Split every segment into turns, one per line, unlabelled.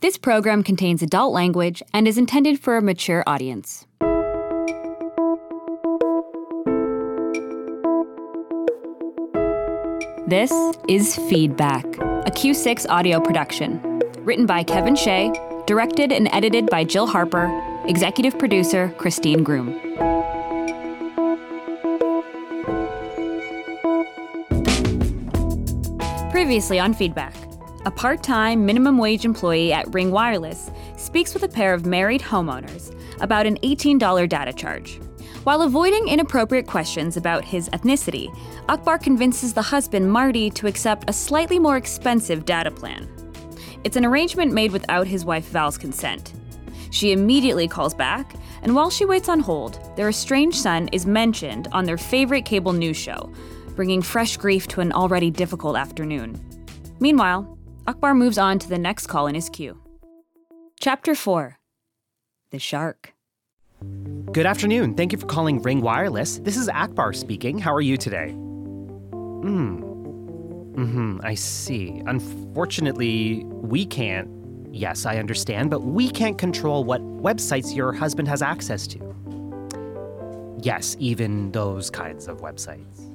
This program contains adult language and is intended for a mature audience. This is Feedback, a Q6 audio production, written by Kevin Shea, directed and edited by Jill Harper, executive producer Christine Groom. Previously on Feedback, a part time minimum wage employee at Ring Wireless speaks with a pair of married homeowners about an $18 data charge. While avoiding inappropriate questions about his ethnicity, Akbar convinces the husband, Marty, to accept a slightly more expensive data plan. It's an arrangement made without his wife Val's consent. She immediately calls back, and while she waits on hold, their estranged son is mentioned on their favorite cable news show, bringing fresh grief to an already difficult afternoon. Meanwhile, Akbar moves on to the next call in his queue. Chapter 4 The Shark.
Good afternoon. Thank you for calling Ring Wireless. This is Akbar speaking. How are you today? Hmm. Hmm. I see. Unfortunately, we can't. Yes, I understand, but we can't control what websites your husband has access to. Yes, even those kinds of websites.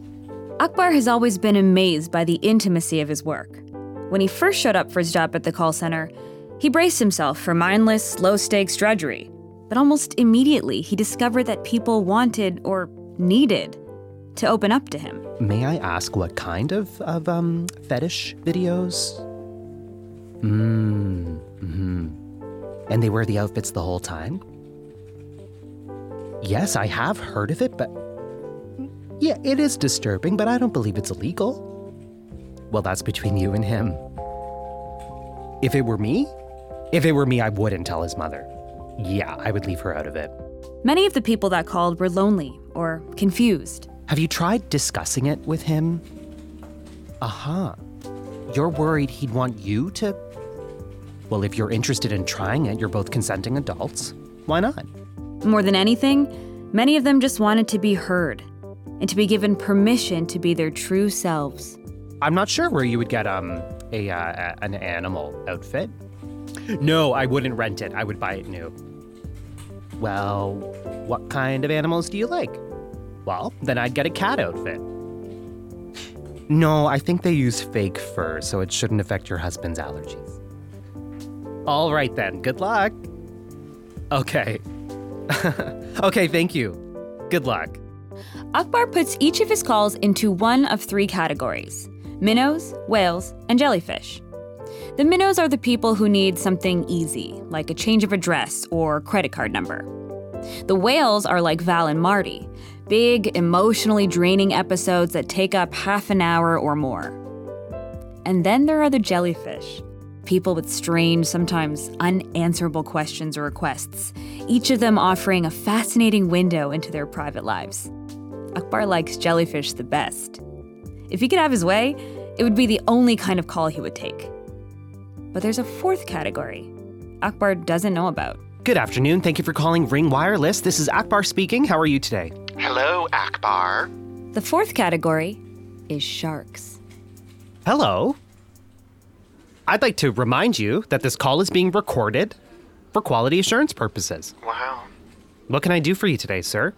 Akbar has always been amazed by the intimacy of his work. When he first showed up for his job at the call center, he braced himself for mindless, low stakes drudgery. But almost immediately, he discovered that people wanted or needed to open up to him.
May I ask what kind of, of um, fetish videos? Mm, hmm And they wear the outfits the whole time? Yes, I have heard of it, but. Yeah, it is disturbing, but I don't believe it's illegal. Well, that's between you and him. If it were me, if it were me, I wouldn't tell his mother. Yeah, I would leave her out of it.
Many of the people that called were lonely or confused.
Have you tried discussing it with him? Aha. You're worried he'd want you to. Well, if you're interested in trying it, you're both consenting adults. Why not?
More than anything, many of them just wanted to be heard and to be given permission to be their true selves.
I'm not sure where you would get um a, uh, a- an animal outfit. No, I wouldn't rent it. I would buy it new. Well, what kind of animals do you like? Well, then I'd get a cat outfit. No, I think they use fake fur, so it shouldn't affect your husband's allergies. All right then. Good luck. Okay. okay, thank you. Good luck.
Akbar puts each of his calls into one of three categories minnows, whales, and jellyfish. The minnows are the people who need something easy, like a change of address or credit card number. The whales are like Val and Marty big, emotionally draining episodes that take up half an hour or more. And then there are the jellyfish. People with strange, sometimes unanswerable questions or requests, each of them offering a fascinating window into their private lives. Akbar likes jellyfish the best. If he could have his way, it would be the only kind of call he would take. But there's a fourth category Akbar doesn't know about.
Good afternoon. Thank you for calling Ring Wireless. This is Akbar speaking. How are you today?
Hello, Akbar.
The fourth category is sharks.
Hello. I'd like to remind you that this call is being recorded for quality assurance purposes.
Wow.
What can I do for you today, sir?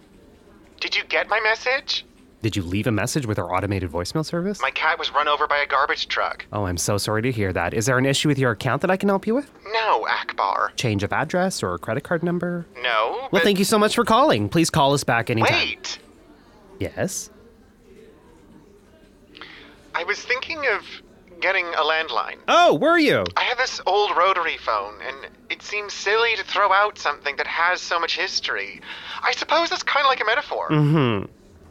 Did you get my message?
Did you leave a message with our automated voicemail service?
My cat was run over by a garbage truck.
oh, I'm so sorry to hear that. Is there an issue with your account that I can help you with?
No, Akbar.
Change of address or a credit card number?
No.
Well, thank you so much for calling. Please call us back anytime.
Wait.
Yes.
I was thinking of getting a landline.
Oh, were you?
I have this old rotary phone, and it seems silly to throw out something that has so much history. I suppose it's kind of like a metaphor.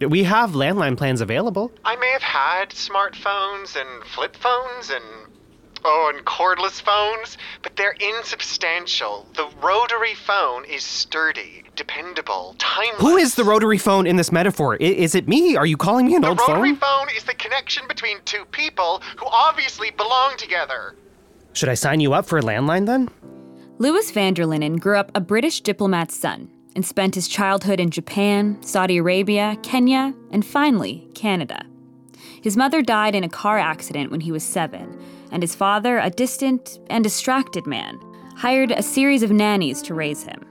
We have landline plans available.
I may have had smartphones and flip phones and oh, and cordless phones, but they're insubstantial. The rotary phone is sturdy, dependable, timeless.
Who is the rotary phone in this metaphor? I- is it me? Are you calling me an
The
old
rotary
phone?
phone is the connection between two people who obviously belong together.
Should I sign you up for a landline then?
Louis van der Linden grew up a British diplomat's son and spent his childhood in Japan, Saudi Arabia, Kenya, and finally, Canada. His mother died in a car accident when he was seven, and his father, a distant and distracted man, hired a series of nannies to raise him.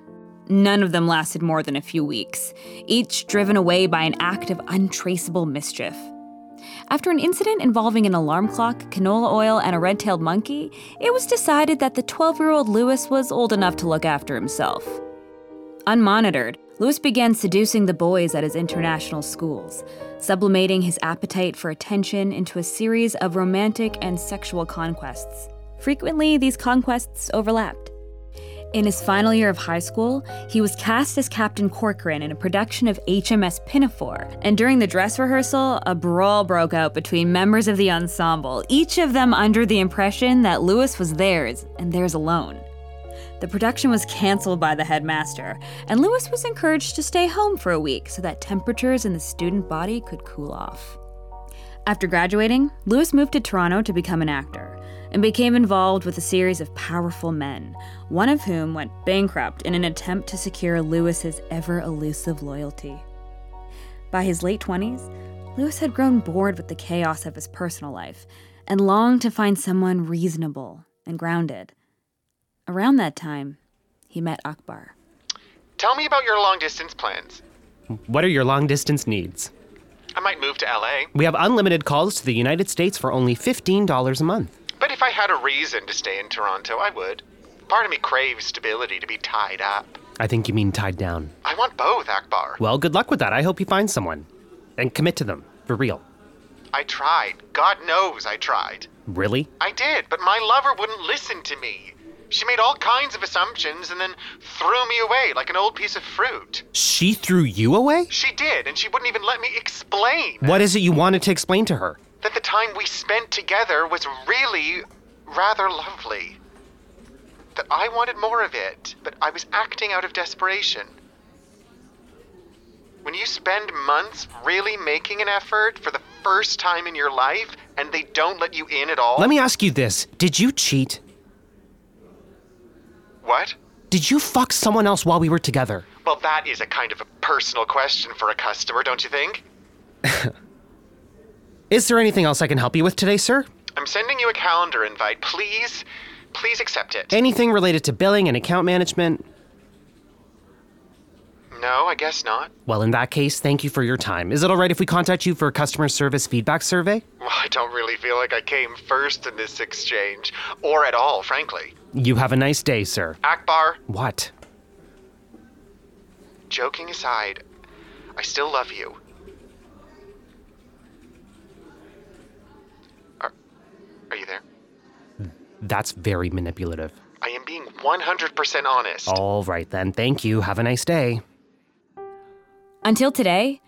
None of them lasted more than a few weeks, each driven away by an act of untraceable mischief. After an incident involving an alarm clock, canola oil, and a red tailed monkey, it was decided that the 12 year old Lewis was old enough to look after himself. Unmonitored, Lewis began seducing the boys at his international schools, sublimating his appetite for attention into a series of romantic and sexual conquests. Frequently, these conquests overlapped. In his final year of high school, he was cast as Captain Corcoran in a production of HMS Pinafore, and during the dress rehearsal, a brawl broke out between members of the ensemble, each of them under the impression that Lewis was theirs and theirs alone. The production was canceled by the headmaster, and Lewis was encouraged to stay home for a week so that temperatures in the student body could cool off. After graduating, Lewis moved to Toronto to become an actor and became involved with a series of powerful men, one of whom went bankrupt in an attempt to secure Lewis's ever elusive loyalty. By his late 20s, Lewis had grown bored with the chaos of his personal life and longed to find someone reasonable and grounded. Around that time, he met Akbar.
Tell me about your long distance plans.
What are your long distance needs?
I might move to LA,
We have unlimited calls to the United States for only $15 a month.
but if I had a reason to stay in Toronto, I would. Part of me craves stability to be tied up.
I think you mean tied down.
I want both, Akbar.
Well, good luck with that. I hope you find someone and commit to them for real.
I tried. God knows I tried.
Really?
I did, but my lover wouldn't listen to me. She made all kinds of assumptions and then threw me away like an old piece of fruit.
She threw you away?
She did, and she wouldn't even let me explain
What is it you wanted to explain to her?
that the time we spent together was really rather lovely. That I wanted more of it, but I was acting out of desperation. When you spend months really making an effort for the first time in your life and they don't let you in at all.
Let me ask you this Did you cheat?
What?
Did you fuck someone else while we were together?
Well, that is a kind of a personal question for a customer, don't you think?
Is there anything else I can help you with today, sir?
I'm sending you a calendar invite. Please, please accept it.
Anything related to billing and account management?
No, I guess not.
Well, in that case, thank you for your time. Is it all right if we contact you for a customer service feedback survey?
Well, I don't really feel like I came first in this exchange, or at all, frankly.
You have a nice day, sir.
Akbar,
What?
joking aside, I still love you. Are, are you there?
That's very manipulative.
I am being 100% honest.
All right then. Thank you. Have a nice day.
Until today,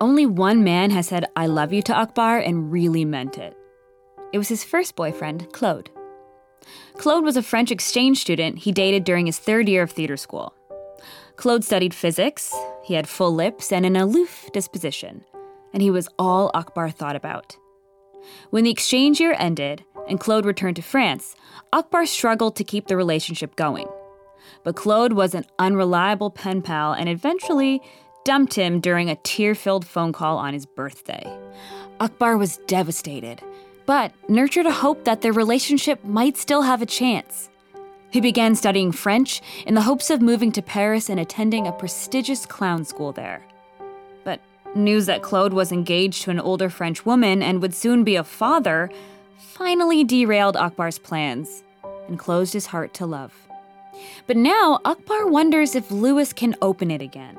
only one man has said I love you to Akbar and really meant it. It was his first boyfriend, Claude. Claude was a French exchange student he dated during his third year of theater school. Claude studied physics, he had full lips and an aloof disposition, and he was all Akbar thought about. When the exchange year ended and Claude returned to France, Akbar struggled to keep the relationship going but Claude was an unreliable pen pal and eventually dumped him during a tear filled phone call on his birthday. Akbar was devastated, but nurtured a hope that their relationship might still have a chance. He began studying French in the hopes of moving to Paris and attending a prestigious clown school there. But news that Claude was engaged to an older French woman and would soon be a father finally derailed Akbar's plans and closed his heart to love. But now Akbar wonders if Lewis can open it again.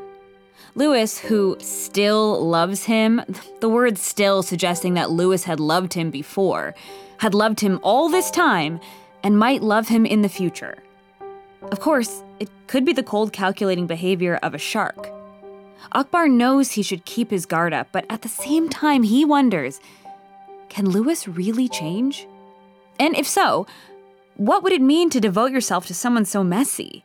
Lewis, who still loves him, the word still suggesting that Lewis had loved him before, had loved him all this time, and might love him in the future. Of course, it could be the cold, calculating behavior of a shark. Akbar knows he should keep his guard up, but at the same time, he wonders can Lewis really change? And if so, what would it mean to devote yourself to someone so messy?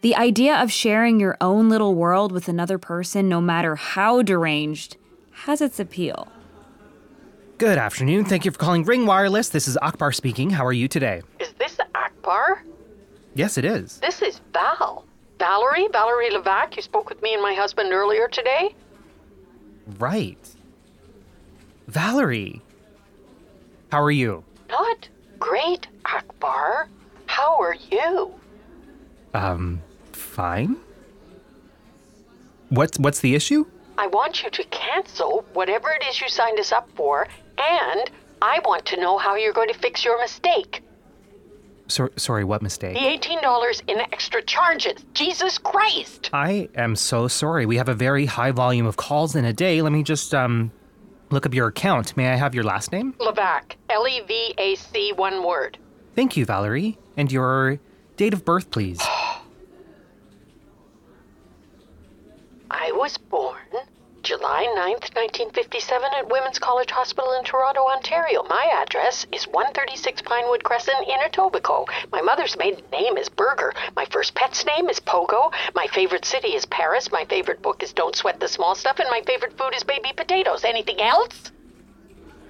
The idea of sharing your own little world with another person, no matter how deranged, has its appeal.
Good afternoon. Thank you for calling Ring Wireless. This is Akbar speaking. How are you today?
Is this Akbar?
Yes, it is.
This is Val. Valerie, Valerie Levac, you spoke with me and my husband earlier today.
Right. Valerie. How are you?
Not great, Akbar. How How are you?
Um, fine. What's what's the issue?
I want you to cancel whatever it is you signed us up for, and I want to know how you're going to fix your mistake.
Sor- sorry, what
The
mistake?
$18 in extra charges. Jesus Christ!
I am so sorry. We have a very high volume of calls in a day. Let me just um look up your account. May I have your last name?
Levac. L E V A C, one word.
Thank you, Valerie. And your date of birth, please.
I was born July 9th, 1957, at Women's College Hospital in Toronto, Ontario. My address is 136 Pinewood Crescent in Etobicoke. My mother's maiden name is Burger. My first pet's name is Pogo. My favorite city is Paris. My favorite book is Don't Sweat the Small Stuff. And my favorite food is baby potatoes. Anything else?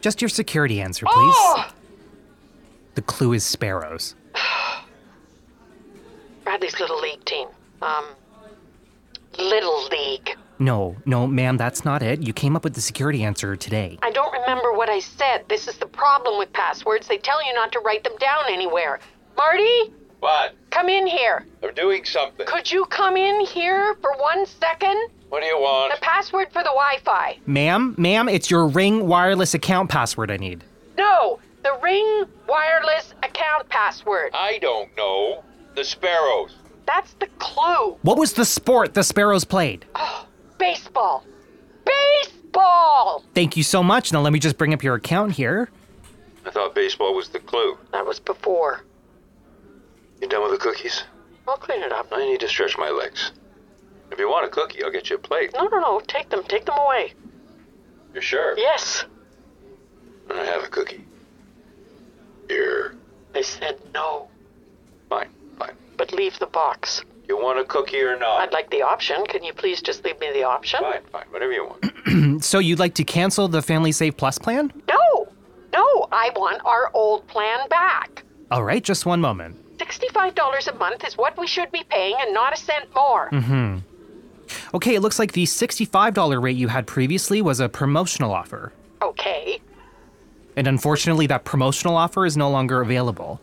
Just your security answer, please.
Oh!
The clue is sparrows.
Bradley's Little League team. Um, Little League.
No, no, ma'am, that's not it. You came up with the security answer today.
I don't remember what I said. This is the problem with passwords. They tell you not to write them down anywhere. Marty,
What?
come in here.
I'm doing something.
Could you come in here for one second?
What do you want?
The password for the Wi Fi.
Ma'am, ma'am, it's your Ring wireless account password I need.
No, the Ring wireless account password.
I don't know. The sparrows.
That's the clue.
What was the sport the sparrows played?
Baseball. Baseball!
Thank you so much. Now let me just bring up your account here.
I thought baseball was the clue.
That was before.
You done with the cookies?
I'll clean it up.
I need to stretch my legs. If you want a cookie, I'll get you a plate.
No, no, no. Take them. Take them away.
You're sure?
Yes.
I have a cookie. Here.
They said no,
Fine, fine.
but leave the box.
You want a cookie or not?
I'd like the option. Can you please just leave me the option?
Fine, fine. Whatever you want.
So you'd like to cancel the Family Save Plus plan?
No, no, I want our old plan back.
All right, just one moment.
$65 a month is what we should be paying and not a cent more.
Okay, it looks like the $65 rate you had previously was a promotional offer.
Okay.
And unfortunately, that promotional offer is no longer available.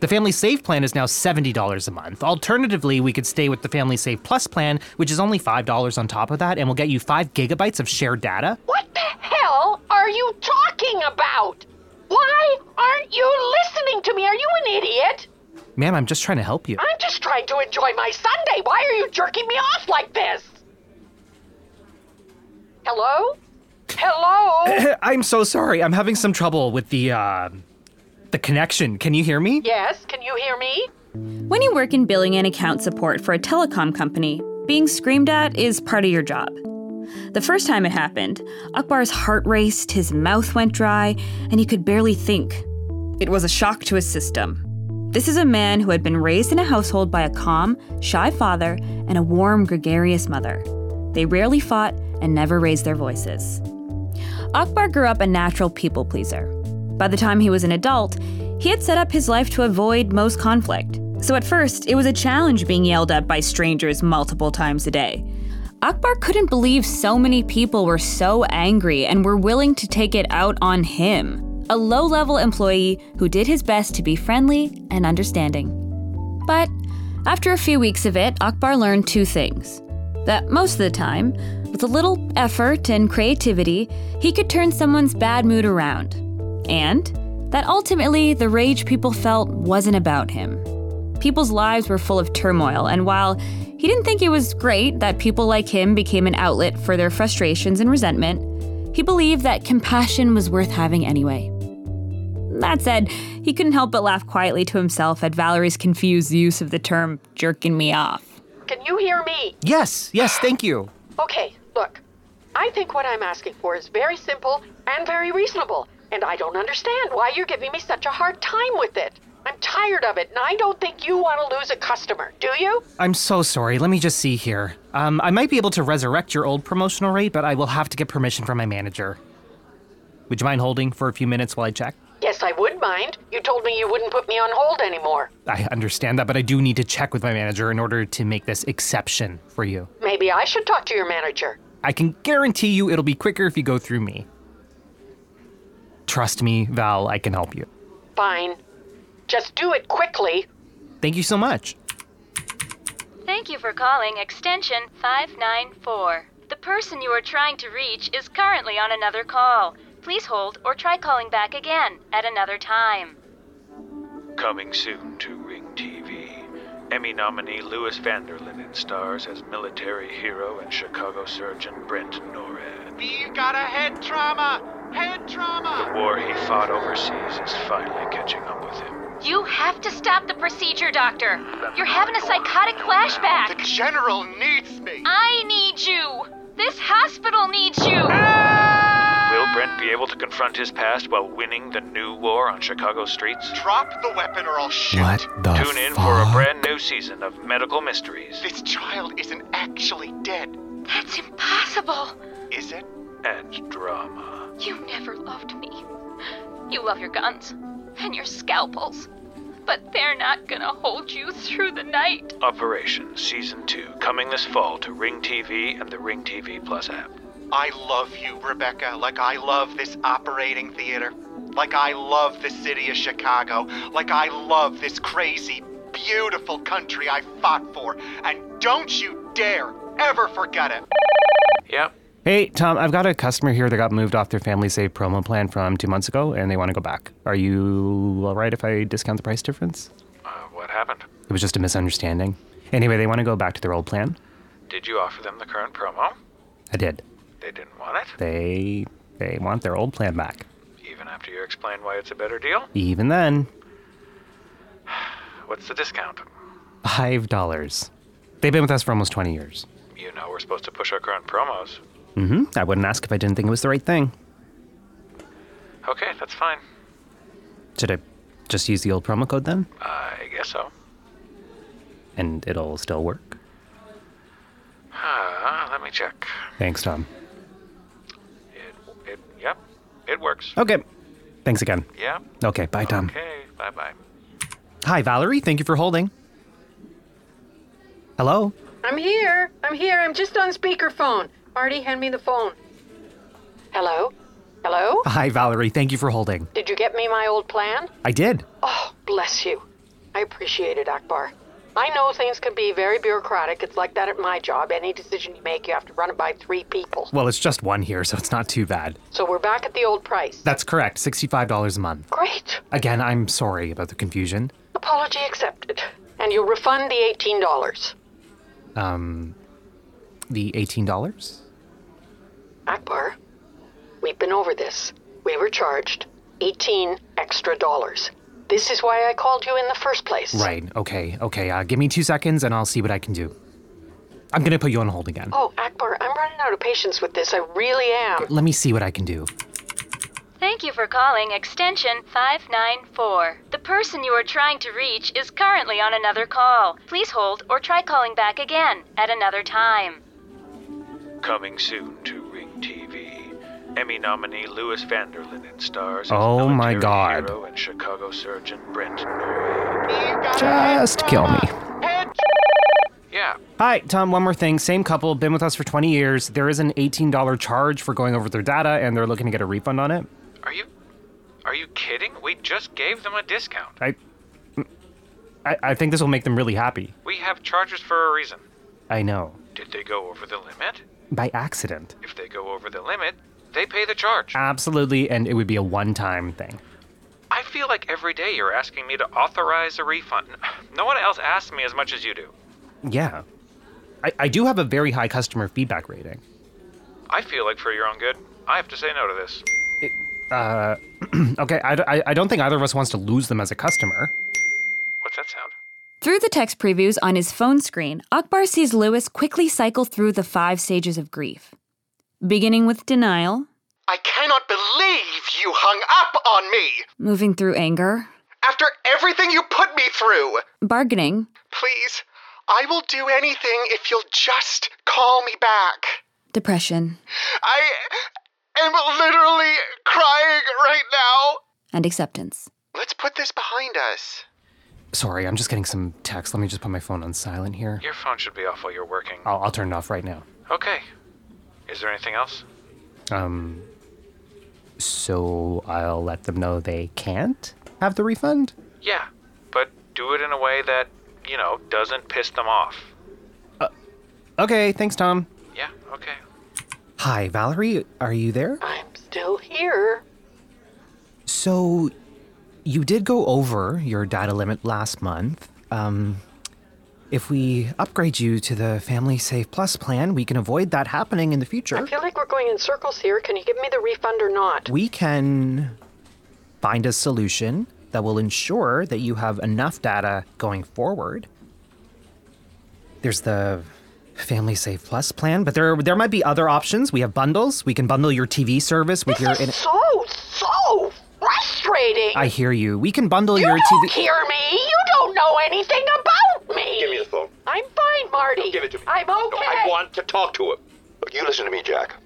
The Family Save plan is now $70 a month. Alternatively, we could stay with the Family Save Plus plan, which is only $5 on top of that, and will get you 5 gigabytes of shared data.
What the hell are you talking about? Why aren't you listening to me? Are you an idiot?
Ma'am, I'm just trying to help you.
I'm just trying to enjoy my Sunday. Why are you jerking me off like this? Hello? Hello?
I'm so sorry. I'm having some trouble with the uh the connection. Can you hear me?
yes, can you hear me?
When you work in billing and account support for a telecom company, being screamed at is part of your job. The first time it happened, Akbar's heart raced, his mouth went dry, and he could barely think. It was a shock to his system. This is a man who had been raised in a household by a calm, shy father and a warm, gregarious mother. They rarely fought and never raised their voices. Akbar grew up a natural people pleaser. By the time he was an adult, he had set up his life to avoid most conflict. So at first, it was a challenge being yelled at by strangers multiple times a day. Akbar couldn't believe so many people were so angry and were willing to take it out on him, a low level employee who did his best to be friendly and understanding. But after a few weeks of it, Akbar learned two things that most of the time, with a little effort and creativity, he could turn someone's bad mood around. And that ultimately, the rage people felt wasn't about him. People's lives were full of turmoil, and while he didn't think it was great that people like him became an outlet for their frustrations and resentment, he believed that compassion was worth having anyway. That said, he couldn't help but laugh quietly to himself at Valerie's confused use of the term jerking me off.
Can you hear me?
Yes, yes, thank you.
Okay, look. I think what I'm asking for is very simple and very reasonable, and I don't understand why you're giving me such a hard time with it. I'm tired of it, and I don't think you want to lose a customer, do you?
I'm so sorry. Let me just see here. Um, I might be able to resurrect your old promotional rate, but I will have to get permission from my manager. Would you mind holding for a few minutes while I check?
Yes, I would mind. You told me you wouldn't put me on hold anymore.
I understand that, but I do need to check with my manager in order to make this exception for you.
Maybe I should talk to your manager.
I can guarantee you it'll be quicker if you go through me. Trust me, Val, I can help you.
Fine. Just do it quickly.
Thank you so much.
Thank you for calling extension 594. The person you are trying to reach is currently on another call. Please hold or try calling back again at another time.
Coming soon to Ring TV. Emmy nominee Louis Vanderlinen stars as military hero and Chicago surgeon Brent Norad.
We've got a head trauma! Head
The
trauma!
war he fought overseas is finally catching up with him.
You have to stop the procedure, Doctor. You're having a psychotic flashback.
The general needs me!
I need you. This hospital needs you.
Will Brent be able to confront his past while winning the new war on Chicago streets?
Drop the weapon or I'll shoot.
the
Tune in for a brand new season of Medical Mysteries
This child isn't actually dead,
That's impossible.
is it?
and drama.
You never loved me. You love your guns and your scalpels, but they're not gonna hold you through the night.
Operation Season 2, coming this fall to Ring TV and the Ring TV Plus app.
I love you, Rebecca, like I love this operating theater, like I love the city of Chicago, like I love this crazy, beautiful country I fought for, and don't you dare ever forget it.
Yep.
Hey, Tom, I've got a customer here that got moved off their family save promo plan from two months ago and they want to go back. Are you all right if I discount the price difference?
Uh, what happened?
It was just a misunderstanding. Anyway, they want to go back to their old plan.
Did you offer them the current promo?
I did.
They didn't want it,
They they want their old plan back.
even after you explained why it's a better deal.
Even then,
What's the discount?
five dollars. They've been with us for almost twenty years.
You know we're supposed to push our current promos.
hmm I wouldn't ask if I didn't think it was the right thing.
Okay, that's fine.
Should I just use the old promo code then?
I guess so.
And it'll still work.
Uh, let me check.
Thanks, Tom.
It, it, yep, it works.
Okay. Thanks again.
Yep.
Okay, bye, Oh. Tom.
Okay, bye bye.
Hi, Valerie. Thank you for holding. Hello?
I'm here. I'm here. I'm just on speakerphone. Marty, hand me the phone. Hello? Hello?
Hi, Valerie. Thank you for holding.
Did you get me my old plan?
I did.
Oh, bless you. I appreciate it, Akbar. I know things can be very bureaucratic. It's like that at my job. Any decision you make, you have to run it by three people.
Well, it's just one here, so it's not too bad.
So we're back at the old price.
That's correct. $65 a month.
Great.
Again, I'm sorry about the confusion.
Apology accepted. And you'll refund the $18.
Um, the $18?
Akbar, we've been over this. We were charged 18 extra dollars. This is why I called you in the first place.
Right. Okay. Okay. Uh, give me two seconds and I'll see what I can do. I'm going to put you on hold again.
Oh, Akbar, I'm running out of patience with this. I really am.
Let me see what I can do.
Thank you for calling extension 594. The person you are trying to reach is currently on another call. Please hold or try calling back again at another time.
Coming soon to Ring TV. Emmy nominee Louis Vanderlinen stars as
Oh my
military
God.
hero and Chicago surgeon Brent Norrie.
Just kill me.
Yeah,
Hi, Tom. One more thing. Same couple, been with us for 20 years. There is an $18 charge for going over their data, and they're looking to get a refund on it.
are you, are you kidding? We just gave them a discount.
I, I, I think this will make them really happy.
We have charges for a reason.
I know.
Did they go over the limit?
By accident.
If they go over the limit, they pay the charge.
Absolutely, and it would be a one time thing.
I feel like every day you're asking me to authorize a refund. No one else asks me as much as you do.
Yeah. I, I do have a very high customer feedback rating.
I feel like for your own good, I have to say no to this.
Uh, Okay, I, d- I- I don't think either of us wants to lose them as a customer.
What's that sound?
Through the text previews on his phone screen, Akbar sees Lewis quickly cycle through the five stages of grief, beginning with denial,
I cannot believe you hung up on me!
moving through anger,
After everything you put me through!
bargaining,
Please, I will do anything if you'll just call me back.
depression,
I am literally crying right now.
and acceptance.
Let's put this behind us.
Sorry, I'm just getting some text. Let me just put my phone on silent here.
Your phone should be off while you're working.
I'll, I'll turn it off right now.
Okay. Is there anything else?
Um, so I'll let them know they can't have the refund?
Yeah, do it in a way that, you know, doesn't piss them off.
Okay, thanks, Tom.
Yeah, okay.
Hi, Valerie. Are you there?
I'm still here.
So, you did go over your data limit last month. Um, if we upgrade you to the Family Safe Plus plan, we can avoid that happening in the
I
future.
feel like we're going in circles here. Can you give me the refund or not?
We can find a solution that will ensure that you have enough data going forward. There's the Family Safe Plus plan, but there there might be other options. We have bundles. We can bundle your TV service with your.
This is so, so frustrating.
I hear you. We can bundle
you
your
don't
TV.
hear me. You don't know anything about me.
Give me the phone.
I'm fine, Marty.
Give it to me.
I'm
No,
okay.
I want to talk to him. Look, you listen to me, Jack.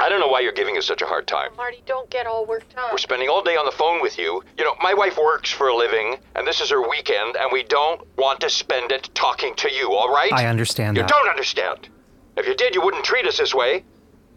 I don't know why you're giving us such a hard time.
Marty, don't get all worked up.
We're spending all day on the phone with you. You know, my wife works for a living, and this is her weekend, and we don't want to spend it talking to you, all right?
I understand
You
that.
don't understand. If you did, you wouldn't treat us this way.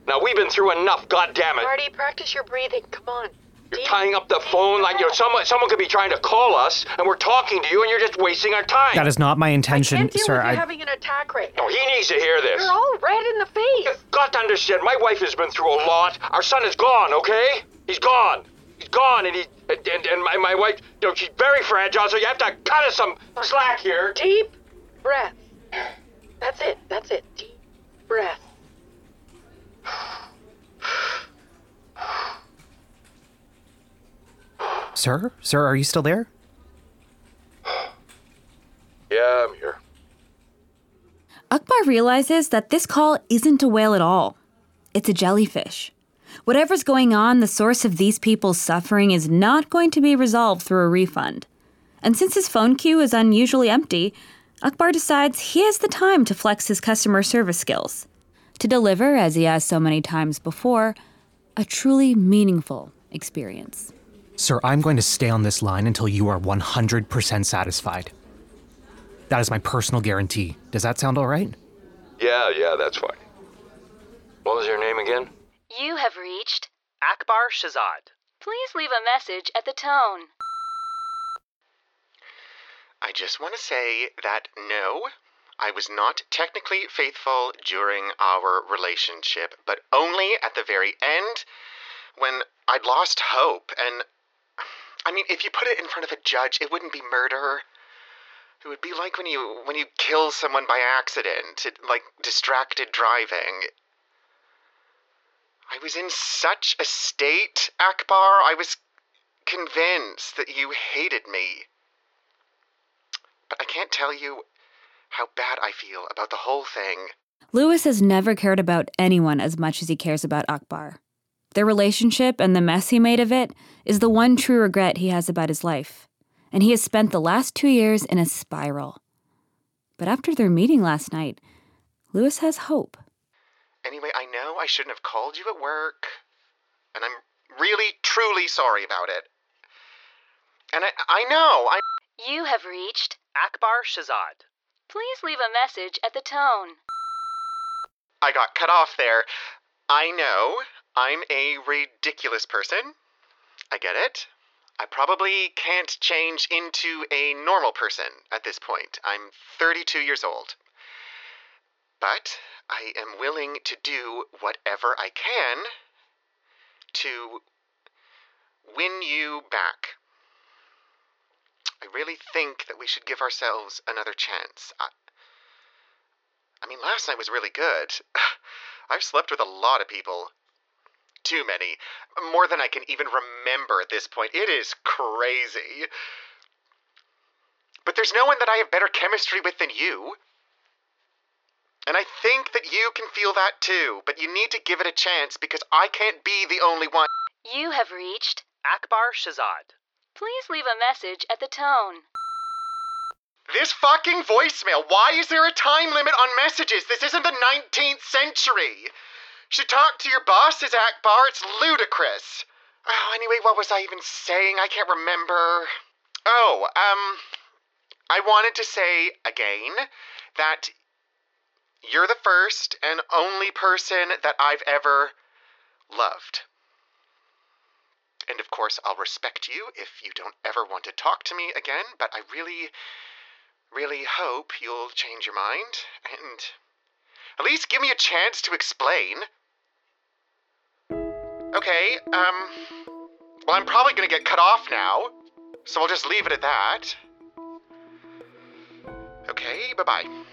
Now, we've been through enough, goddammit.
Marty, practice your breathing. Come on.
You're tying up the phone like you're someone, someone could be trying to call us, and we're talking to you, and you're just wasting our time.
That is not my intention,
Can't deal
sir.
with you
I,
having an attack right now.
No, he needs to hear this.
You're all red in the face.
Got to understand, my wife has been through a lot. Our son is gone, okay? He's gone. He's gone, and he and, and, and my, my wife, you know, she's very fragile, so you have to cut us some slack here.
Deep breath. That's it. That's it. Deep breath.
sir, sir, are you still there?
Yeah, I'm here.
Akbar realizes that this call isn't a whale at all. It's a jellyfish. Whatever's going on, the source of these people's suffering is not going to be resolved through a refund. And since his phone queue is unusually empty, Akbar decides he has the time to flex his customer service skills to deliver, as he has so many times before, a truly meaningful experience.
Sir, I'm going to stay on this line until you are 100% satisfied. That is my personal guarantee. Does that sound all right?
Yeah, yeah, that's fine. What was your name again?
You have reached.
Akbar Shazad.
Please leave a message at the tone.
I just want to say that no, I was not technically faithful during our relationship, but only at the very end when I lost hope. And I mean, if you put it in front of a judge, it wouldn't be murder. It would be like when you when you kill someone by accident, it, like distracted driving. I was in such a state, Akbar. I was convinced that you hated me. But I can't tell you how bad I feel about the whole thing.
Lewis has never cared about anyone as much as he cares about Akbar. Their relationship and the mess he made of it is the one true regret he has about his life, and he has spent the last two years in a spiral. But after their meeting last night, Lewis has hope.
Anyway, I know I shouldn't have called you at work, and I'm really, truly sorry about it. And I, I know, I.
You have reached.
Akbar Shazad.
Please leave a message at the tone.
I got cut off there. I know I'm a ridiculous person. I get it. I probably can't change into a normal person at this point. I'm 32 years old. But I am willing to do whatever I can to win you back. I really think that we should give ourselves another chance. I, I mean, last night was really good. I've slept with a lot of people. Too many. More than I can even remember at this point. It is crazy. But there's no one that I have better chemistry with than you. And I think that you can feel that too, but you need to give it a chance because I can't be the only one.
You have reached.
Akbar Shazad.
Please leave a message at the tone.
This fucking voicemail. Why is there a time limit on messages? This isn't the 19th century. Should talk to your bosses, Akbar. It's ludicrous. Oh, anyway, what was I even saying? I can't remember. Oh, um, I wanted to say again that you're the first and only person that I've ever loved. And of course, I'll respect you if you don't ever want to talk to me again, but I really, really hope you'll change your mind and at least give me a chance to explain. Okay, um. Well, I'm probably gonna get cut off now, so we'll just leave it at that. Okay, bye bye.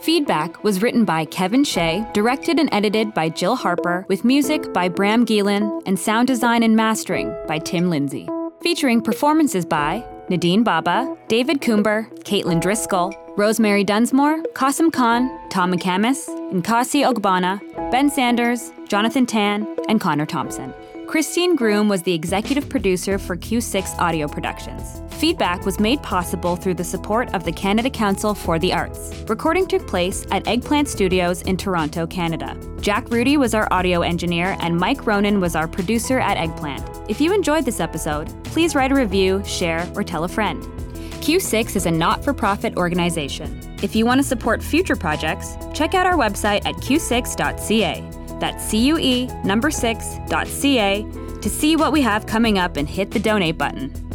Feedback was written by Kevin Shea, directed and edited by Jill Harper, with music by Bram Geelan, and sound design and mastering by Tim Lindsay. Featuring performances by Nadine Baba, David Coomber, Caitlin Driscoll, Rosemary Dunsmore, Qasim Khan, Tom McCamus, Nkasi Ogbana, Ben Sanders, Jonathan Tan, and Connor Thompson. Christine Groom was the executive producer for Q6 Audio Productions. Feedback was made possible through the support of the Canada Council for the Arts. Recording took place at Eggplant Studios in Toronto, Canada. Jack Rudy was our audio engineer, and Mike Ronan was our producer at Eggplant. If you enjoyed this episode, please write a review, share, or tell a friend. Q6 is a not for profit organization. If you want to support future projects, check out our website at q6.ca. That's C U E number 6.ca to see what we have coming up and hit the donate button.